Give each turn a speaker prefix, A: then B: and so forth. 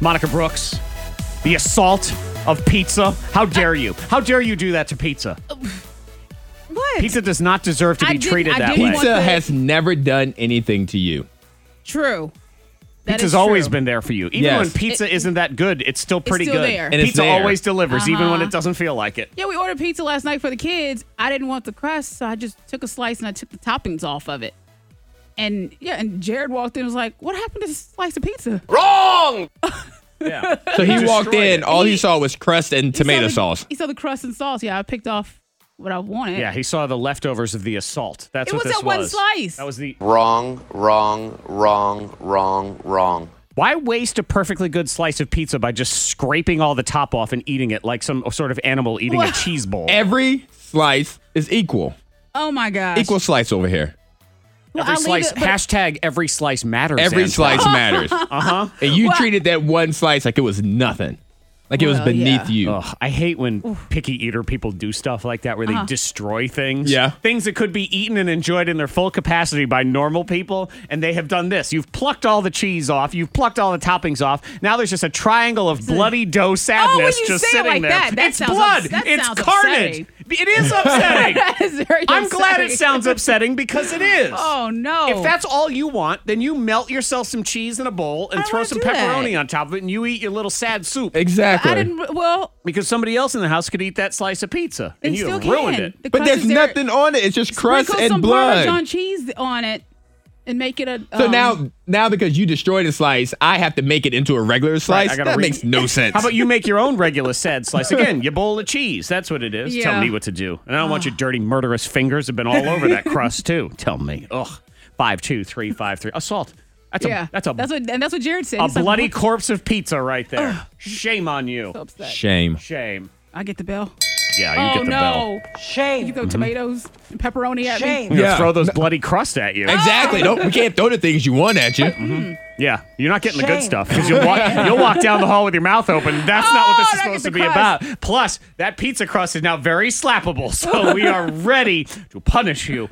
A: Monica Brooks, the assault of pizza. How dare you? How dare you do that to pizza?
B: What?
A: Pizza does not deserve to
B: I
A: be
B: didn't-
A: treated
B: I
A: that
B: didn't
A: way.
B: want-
A: Pizza's
B: the-
C: Pizza has never done anything to you.
B: True. That is
A: always
B: true.
A: been there for you. Even
C: Yes.
A: when pizza is isn't that good, it's still pretty
B: still
A: good.
B: there. Uh-huh. And
C: it's
A: Pizza
C: there.
A: always delivers, even when it doesn't feel like it.
B: Yeah, we ordered pizza last night for the kids. I didn't want the crust, so I just took a slice and I took the toppings off of it. And yeah, and Jared walked in and was like, What happened to this slice of pizza?
A: Yeah.
C: So he
A: Destroyed
C: walked
A: it.
C: in, all he saw was crust and tomato
B: He saw the-
C: sauce.
B: He saw the crust and sauce. Yeah, I picked off what I wanted.
A: Yeah, he saw the leftovers of the assault. That's
B: It
A: what
B: was
A: this
B: that one
A: was.
B: slice.
A: That was the.
D: Wrong, wrong, wrong, wrong, wrong.
A: Why waste a perfectly good slice of pizza by just scraping all the top off and eating it like some sort of animal eating a
B: Well-
A: cheese bowl?
C: Every slice is equal.
B: Oh my gosh.
C: Equal slice over here.
B: Well,
A: every
B: I leave
A: slice.
B: it- but-
A: hashtag every slice matters.
C: Every
A: Angela.
C: slice matters.
A: Uh huh.
C: And you
B: Well-
C: treated that one slice like it was nothing. Like it was
B: Well, yeah.
C: beneath you.
A: Ugh, I hate when picky eater people do stuff like that where
B: Uh-huh.
A: they destroy things.
C: Yeah.
A: Things that could be eaten and enjoyed in their full capacity by normal people. And they have done this. You've plucked all the cheese off. You've plucked all the toppings off. Now there's just a triangle of bloody dough sadness
B: Oh, you
A: just
B: say it
A: sitting
B: like
A: there.
B: that, that
A: it's
B: sounds
A: blood.
B: ups- that
A: it's
B: sounds
A: carnage.
B: upsetting.
A: It is upsetting.
B: That is very
A: I'm glad it
B: upsetting.
A: sounds upsetting because it is.
B: Oh no.
A: If that's all you want, then you melt yourself some cheese in a bowl and
B: I
A: throw
B: wanna
A: some
B: do that.
A: pepperoni on top of it, and you eat your little sad soup
C: Exactly.
B: I didn't well
A: because somebody else in the house could eat that slice of pizza
B: they
A: and you
B: still
A: have ruined
B: can.
A: it.
B: The
C: but
B: crust
C: there's
B: is there.
C: nothing on it. It's just crust
B: Sprinkle
C: and
B: some
C: blood.
B: Parmesan cheese on it and make it a
C: So
B: um,
C: now, now because you destroyed a slice, I have to make it into a regular slice.
A: I gotta
C: that
A: re-
C: makes no sense.
A: How about you make your own regular sad slice again? Your bowl of cheese. That's what it is. Tell
B: Yeah. Oh.
A: me what to do. And I don't want your dirty murderous fingers have been all over that crust too. Tell me. Ugh. Five two three five three. Assault. That's
B: yeah.
A: a that's a
B: that's what and that's what Jared said.
A: a
B: He's like,
A: bloody
B: "What the
A: corpse of pizza right there. Shame on you.
B: f- is that?"
C: Shame?
A: Shame.
B: I get the bell.
A: Yeah, you
B: oh
A: get the
B: no.
A: bell.
B: You
A: Mm-hmm.
B: throw tomatoes and pepperoni at me.
A: You're gonna
C: Yeah.
A: throw those bloody crusts at you.
C: Exactly. Don't, we can't throw the things you want at you.
A: Yeah, you're not getting the good stuff because you'll walk, you'll walk down the hall with your mouth open. That's not what
B: Oh,
A: this is
B: not
A: supposed to
B: get
A: be
B: the
A: about. Plus, that pizza crust is now very slappable, so we are ready to punish you